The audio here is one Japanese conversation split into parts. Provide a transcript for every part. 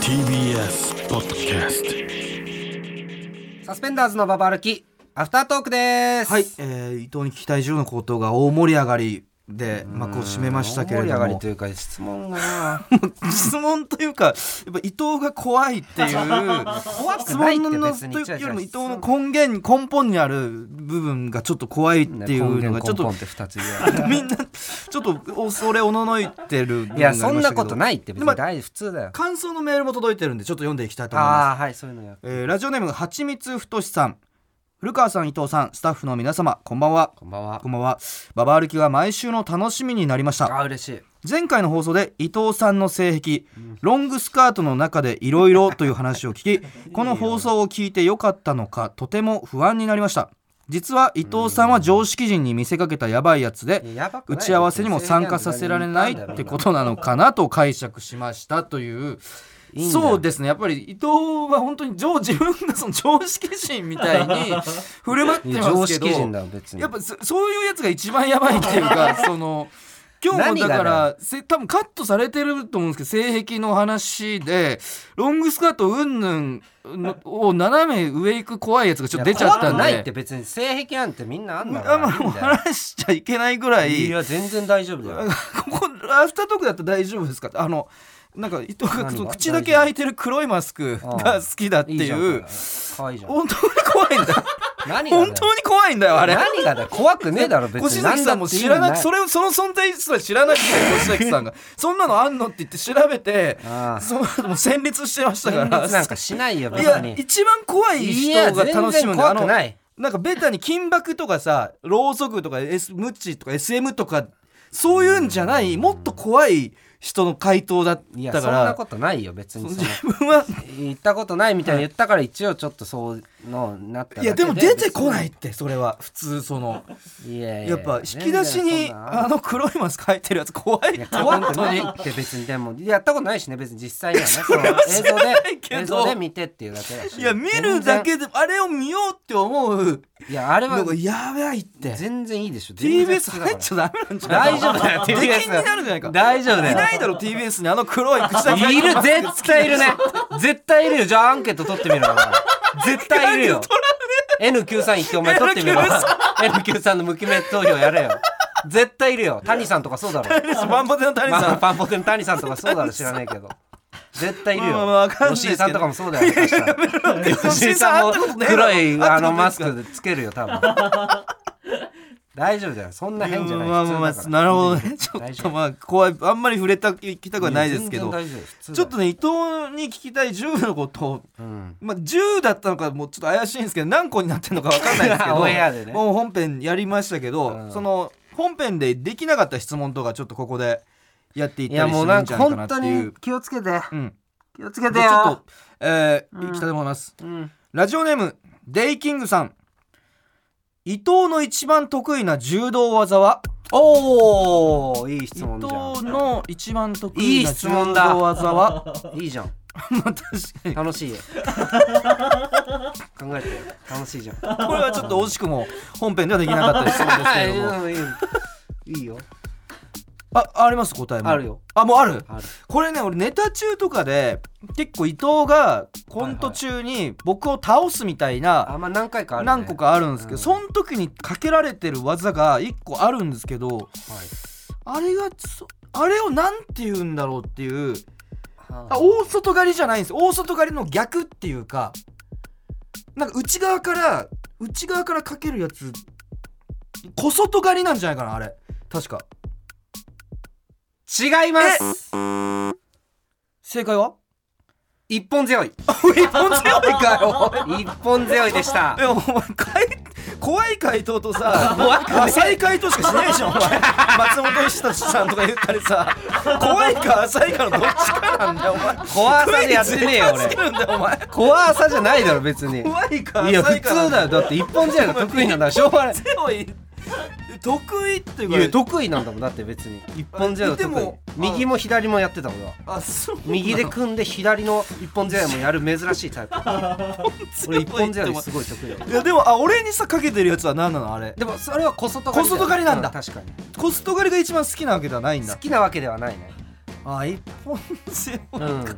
TBS ポッドキャストサスペンダーズのババ歩きアフタートークですはい、えー伊藤に聞きたい10の高騰が大盛り上がりで幕を閉めましたけ大れ盛りど上がりもというか質問が な質問というかやっぱ伊藤が怖いっていう 怖質くないって問の別とにいうよりも伊藤の根根源根本にある部分がちょっと怖いっていうのがちょっ根と本って二つ言みんなちょっと恐れおののいてる部分うい があやりまそんしたなけどことないって別でにも大普通だよ感想のメールも届いてるんでちょっと読んでいきたいと思いますああはいそういうのやえーラジオネームはちみつふとしさん古川さん伊藤さんスタッフの皆様こんばんはこんばんはこんばんはババ歩きが毎週の楽しみになりましたあ嬉しい前回の放送で伊藤さんの性癖ロングスカートの中でいろいろという話を 聞きこの放送を聞いてよかったのかとても不安になりました実は伊藤さんは常識人に見せかけたやばいやつでいややばくない打ち合わせにも参加させられないってことなのかなと解釈しましたという。いいんだよそうですねやっぱり伊藤は本当に常自分がその常識人みた いに振る舞っていやま常すけ識人どだよ別にやっぱそそういうやつが一番やばいっていう かその今日もだか何がらせ多分カットされてると思うんですけど性癖の話でロングスカートうんぬんを斜め上行く怖いやつがちょっと出ちゃっ怖たんくでないって別に性癖なんてみんなあんだかあんまらいいんだよ話しちゃいけないぐらいいや全然大丈夫だよここアフタートークだったら大丈夫ですかってあのなんか伊藤何ががその口だけ開いてる黒いマスクが好きだっていいじいゃんう可愛いじゃん本当に怖いんだ何がだよ本当に怖いんだよあれ何がだよ怖くねえだろ別越に崎さんも知らなくそれれをその存在すら知らなくて 越崎さんがそんなのあんのって言って調べてああそのもう戦慄してましたかならんかしないよ別いやに一番怖い人が楽しむんいや全然だよあ怖のくないなんかベタに金箔とかさろうそくとか、S、ムチとか SM とかそういうんじゃないもっと怖い人の回答だっいやたそかんならことないよ別にその自分は言ったことないみたいに言ったから一応ちょっとそうのなっただけいやでも出てこないいってそれは普通そのいやいややっぱ引き出しに全然そんなあの黒いマス書いてるやつ怖いいっやて怖本く当ないにって別にでもやったことないしね別に実際には ねその映像いけで映ど像で見てっていうだけだしいや見るだけであれを見ようって思ういやあれはのがやばいって全然いいでしょ TBS 全然入っ好きちゃダメなんじゃない大丈夫だ よ TBS 出禁になるじゃないか大丈夫だよいないだろ TBS にあの黒い口だかだけらいる絶対いるね絶対いるよじゃあアンケート取ってみろよお前絶対いるよ N93 行ってお前取ってみろ N93 の無記名投票やれよ絶対いるよ谷さんとかそうだろバンポテの谷まさあ、んパンポテン谷さんとかそうだろ知らないけど絶対いるよ、まあまあわかんないです吉けど井さんとかもそうだよ確かに吉井さんも黒いあのマスクつけるよ多分大丈夫だよそんな変じゃないまあまあま普通だからあなるほどねちょ大っ丈と夫まあ怖いあんまり触れたきたくはないですけどや全然大丈夫普通だちょよっとね伊藤に聞きたい10のことをうんまあ、10だったのかもうちょっと怪しいんですけど何個になってるのか分かんないですけ どオンエアでねもう本編やりましたけど、うんその本編でできなかった質問とかちょっとここでやっていっいたやりしてもうもいいなんんじかゃないかな本っ当ていうに。気をつけてうん、気をつけてじゃあちょっよと、えーうんいきたいと思います。うんラジオネームデイキングさん伊藤の一番得意な柔道技はおおいい質伊問じ藤ゃの一番得い意いな質柔問道だ技はんいいじゃんまあ確かに楽しいよ考えてよ楽しいじゃんこれはちょっと惜しくも本編ではできなかったりするんですけれ どもいいよああります答えもあるよあもうあるあるこれね俺ネタ中とかで結構伊藤がコント中に僕を倒すみたいなあまあ何回かある、ね、何個かあるんですけど、うんその時にかけられてる技が1個あるんですけどはいあれがそあれをなんて言うんだろうっていうああ大外刈りじゃないんです大外刈りの逆っていうかなんか内側から内側からかけるやつ小外刈りなんじゃないかなあれ確か違います正 解は一本背負い一本強いかよ一本背負いでしたいやお前かい怖い回答とさ怖くねえ浅い回答しかしないじゃんお前松本人志さんとか言ったりさ怖いか浅いかのどっちかなんだよお前怖さでやってねえよ クイズ下手すぎ俺るんだよお前怖さじゃないだろ別に怖いかいや浅普い通かなんだよだって一本背負いが得意なんだしょうがない強い得意っていういかや得意なんだもんだって別に一本背負いが得でも意右も左もやってた俺はあそう右で組んで左の一本背負いもやる珍しいタイプ 俺一本背負いすごい得意だよいやでもあ俺にさかけてるやつは何なのあれでもそれは小外刈りだよ小外刈りなんだう確かにコスト狩りが一番好きなわけではないん好だきなわけではないねあ一本背負うんう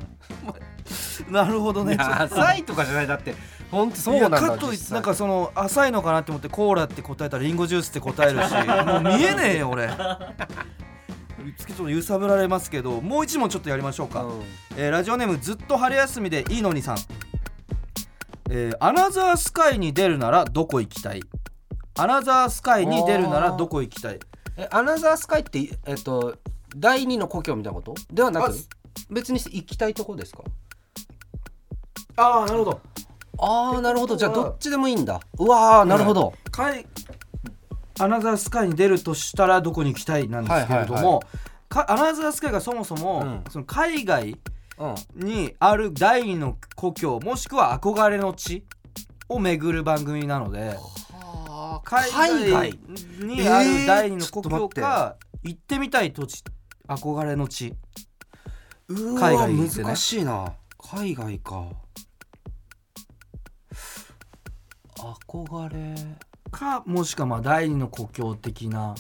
なるほどいねちょっや と浅いとかじゃないだって本当そういやなんだかとい実って際なんかその浅いのかなって思ってコーラって答えたらリンゴジュースって答え るしもう見えねえよ俺ちょっと揺さぶられますけどもう一問ちょっとやりましょうか、うんえーラジオネームずっと春休みでいいのにさん、えーアナザースカイに出るならどこ行きたいアナザースカイに出るならどこ行きたいえアナザースカイってえっと第二の故郷みたいなことではなあく別に行きたいとこですかああなるほどああなるほどじゃあどっちでもいいんだうわーなるほど、海アナザースカイに出るとしたらどこに行きたいなんですけれども、はいはいはかアナザースカイがそもそも、うんその海外うん、にある第二の故郷もしくは憧れの地を巡る番組なので海海外外にあえるー第二の故ちょ郷っと待か、行ってみたい土地憧れの地う海わ外行ってね難しいな海外か憧れかもしくはまあ第二の故郷的な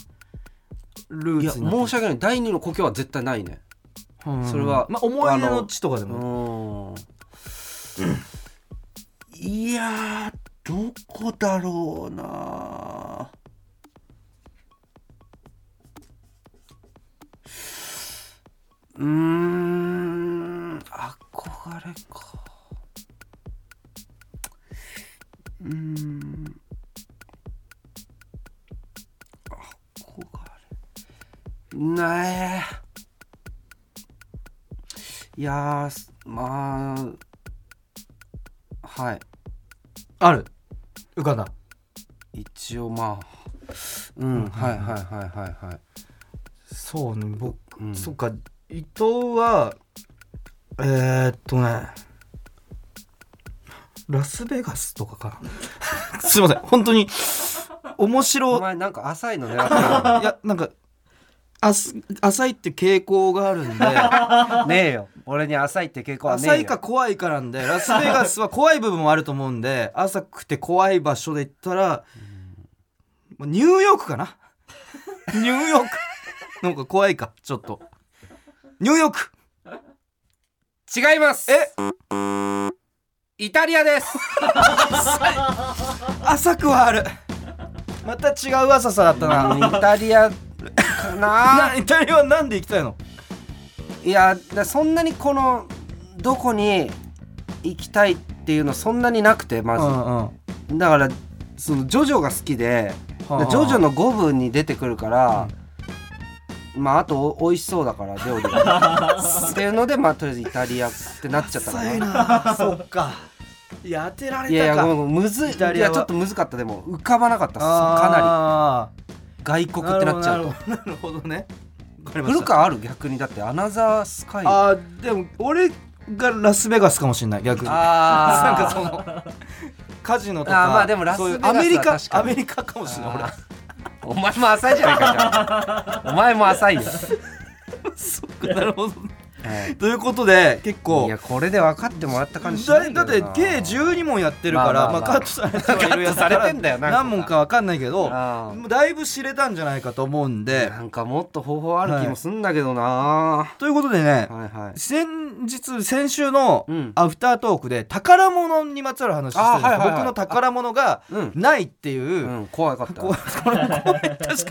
ルいーやツになってる申し訳ない第二の故郷は絶対ないねうんそれはまあ、思い出の地とかでうもんいやーどこだろうなうーん憧れかうーん憧れねえいやーすまあはいある浮かんだ一応まあうん、はいはいはいはいはいそうね僕、うんそっか伊藤はえー、っとねラスベガスとかかな すいません本当に面お白い前なんか浅いの狙っていやなんかあす浅いって傾向がある んでる ねえよ俺に浅いって傾向はねえよ浅いか怖いかなんでラスベガスは怖い部分もあると思うんで浅くて怖い場所で言ったらまあニューヨークかな ニューヨークなんか怖いかちょっとニューヨーク違いますえイタリア です浅くはあるまた違う浅さだったなイタリアかななイタリアはなんで行きたいのいやだそんなにこのどこに行きたいっていうのそんなになくてまず、んうんだからそのジョジョが好きではあジョジョの5部に出てくるから、まああとお美味しそうだから料理 がっていうのでまあとりあえずイタリアってなっちゃったか浅ないなそっかいや当てられたかいやいやごめんむずいイタいリアやはちょっとむずかったでも浮かばなかったっすかあなり外国ってなっちゃうとなるほどねわかりました古川ある逆にだってアナザースカイああーでも俺がラスベガスかもしれな い逆になんかあそのカジノとあかーまあでもラスそういうベガスはアメリカ確かアにメリカかもしれない俺お前も浅いじゃないかじゃあお前も浅い よ、 なるほどねはいということで結い構やこれで分かってもらった感じしないだけだどっなて計12問やってるから、ままああまあまあカットされてはいるやつカットされてんだよな何問かわかんないけどあーだいぶ知れたんじゃないかと思うんでなんかもっと方法ある気もすんだけどな、はということでねい、はい先日先週のうんアフタートークで宝物にまつわる話してたんですあはいはいはい僕の宝物がうんないっていう、うん、怖かったこ これ怖い確か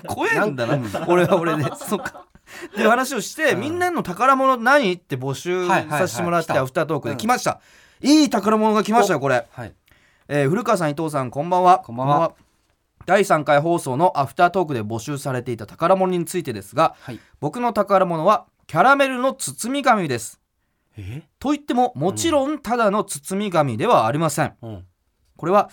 怖いんだなんな 俺は俺で、そっかっていう話をして、うんみんなの宝物何って募は集いはいはいさせてもらって、来たアフタートークでうん来ました、いい宝物が来ましたよこれ、はいえー古川さん伊藤さんこんばんはこんばんは第3回放送のアフタートークで募集されていた宝物についてですがはい僕の宝物はキャラメルの包み紙ですえといってももちろんただの包み紙ではありませんうんこれは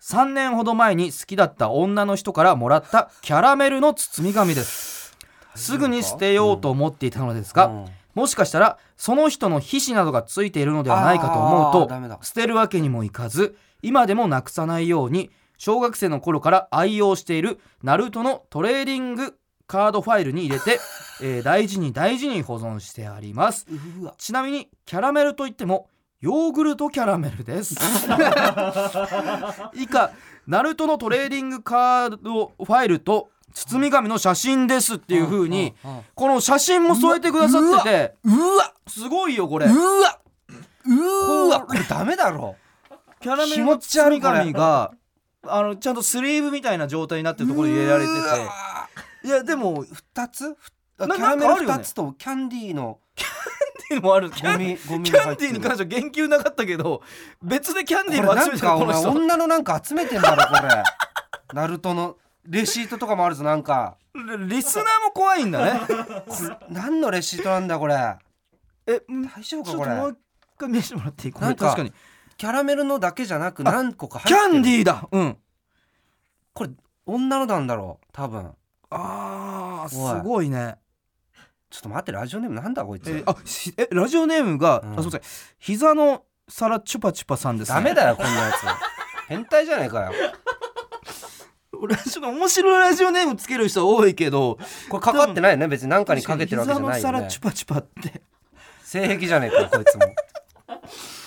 3年ほど前に好きだった女の人からもらったキャラメルの包み紙ですすぐに捨てようと思っていたのですが、うんもしかしたらその人の皮脂などがついているのではないかとあ思ーダメうだと捨てるわけにもいかず今でもなくさないように小学生の頃から愛用しているナルトのトレーディングカードファイルに入 れて、えー大事に大事に保存してありますうわちなみにキャラメルといってもヨーグルトキャラメル です以下ナルトのトレーディングカードファイルと包み紙の写真ですっていう風にうんうんうんこの写真も添えてくださっててうわすごいよこれうわうわここれダメだろキャラメル気の持ち悪い包み紙があのちゃんとスリーブみたいな状態になってるところに入れられてうわていやでも二つキなャラメルなんかあ二るよねつとキャンディーのっていうのもあるキゴャンミゴミキがャ入ンっデてィーるに関しては言及なかったけど別でキャンこディれーもな集んめてかたこおの前人女のなんか集めてんだろこれナルトのレシートとかもあるぞなんかリスナーも怖いんだねこれ何のレシートなんだこれ え大丈ち夫ょっとかこもうれ一回見せてもらっていいこなれんか確かにキャラメルのだけじゃなく何個か入キってャるンディーだうんこれ女のなんだろう多分あーすおいごいねちょっと待ってラジオネームなんだこいつ、えあしえラジオネームが、うんあすいません膝の皿チュパチュパさんです、ね、ダメだよこんなやつ変態じゃないかよ 俺ちょっと面白いラジオネームつける人多いけどこれかかってないよね別に何かにかけてるわけじゃない膝よのね皿チュパチュパって性癖じゃねえかよこいつも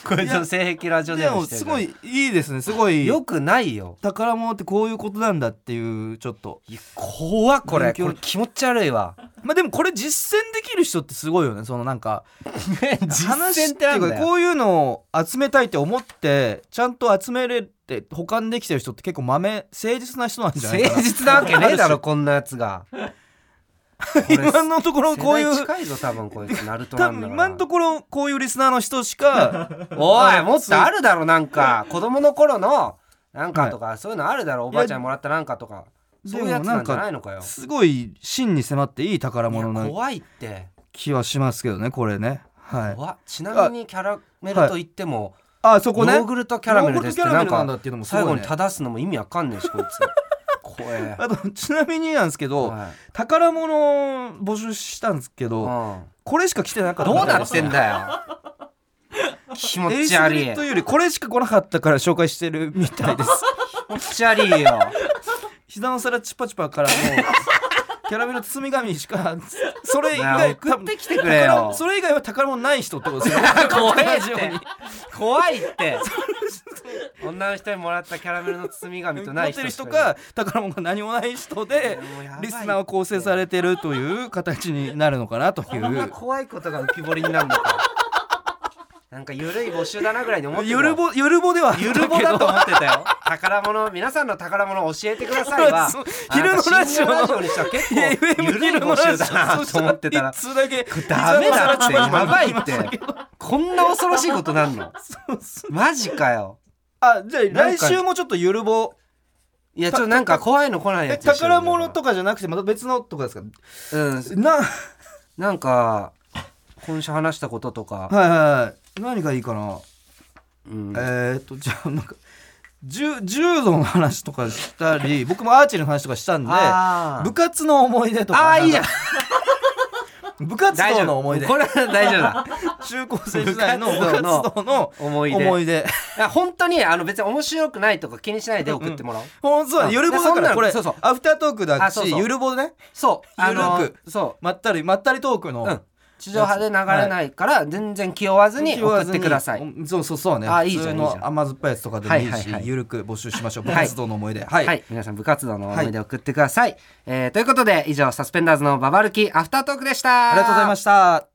こいつの性癖ラジオネでームもしてるすからごいいいですねすごいよくないよ宝物ってこういうことなんだっていうちょっといや怖っこれ勉強これ気持ち悪いわまあでもこれ実践できる人ってすごいよねそのなんか実践ってなんだ話ていうかよこういうのを集めたいって思ってちゃんと集めれて保管できてる人って結構豆誠実な人なんじゃないかな誠実なわけねえだろあるこんなやつが種 今のところこうい世代う近いぞ多分こいつナルトな多んだ分から今のところこういうリスナーの人しか おいもっとあるだろなんか子供の頃のなんかとかそういうのあるだろおばあちゃんにもらったなんかとかいそやういうやつなんじゃないのかよすごい真に迫っていい宝いや物な怖いって気はしますけどねこれねはい怖っちなみにキャラメルといってもあそヨこねーグルトキャラメルですってヨーグなルんトキャラメルなんだかっていうのもすご最いね後に正すのも意味わかんねえしこいつ怖えあとちなみになんですけど、はい宝物募集したんですけど、うこれしか来てなかったんどうなってんだよ気持エリちス悪いミ気というよりこれしか来なかったから紹介してるみたいです 持ち悪いよ膝の皿チュパチュパからもうキャラメル包み紙しかそれ以なあ外送ってきてくれよ多分宝それ以外は宝物ない人ってことですよ 怖いラっジオてに怖いって女の人にもらったキャラメルの包み紙とな持いって人る人か宝物が何もない人でいやもうやばいリスナーを構成されてるという形になるのかなといこんなう怖いことが浮き彫りになるのかなんかゆるい募集だなぐらいに思ってたゆるぼゆるぼではあったけゆどるぼだと思ってたよ宝物皆さんの宝物教えてくださいはそうなんか昼のラジ深オ夜ラジオにしては結構いやゆるい募集だなと思ってたらそうしたら一通だけダメだってやばい膝っの皿チュパチュパが来ましたけてどこんな恐ろしいことなんのマジかよあじゃあなん来か週もちょっとゆるぼいやちょっとなんか怖いの来ないやえつにしようよ宝物とかじゃなくてまた別のとかですかうんなはいなんか今週話したこととか、はいはい何がいいかな、うんえー、っとじゃあなんか柔柔道の話とかしたり僕もアーチェリーの話とかしたんであー部活の思い出とかあーいいじゃんなんか部活大丈夫動の思い出これは大丈夫だ 中高生時代の部部活活動の動の思い出思い出いや本当にあの別に面白くないとか気にしないで送ってもらおう、ほんとだうんゆるぼだそかんならのこれそうそうアフタートークだあしそうそうゆるぼでねそうあゆのるそまったりまったりトークの、う、うん、地上波で流れないから全然気負わずに送ってくださいうんそうそうそうねあいいじゃん普通いいじゃのん甘酸っぱいやつとかでもいいし、はいはいはいゆるく募集しましょう部はい活動の思い出はい、はい、皆さん部活動の思い出送ってください、えーということで以上サスペンダーズのババルキアフタートークでしたありがとうございました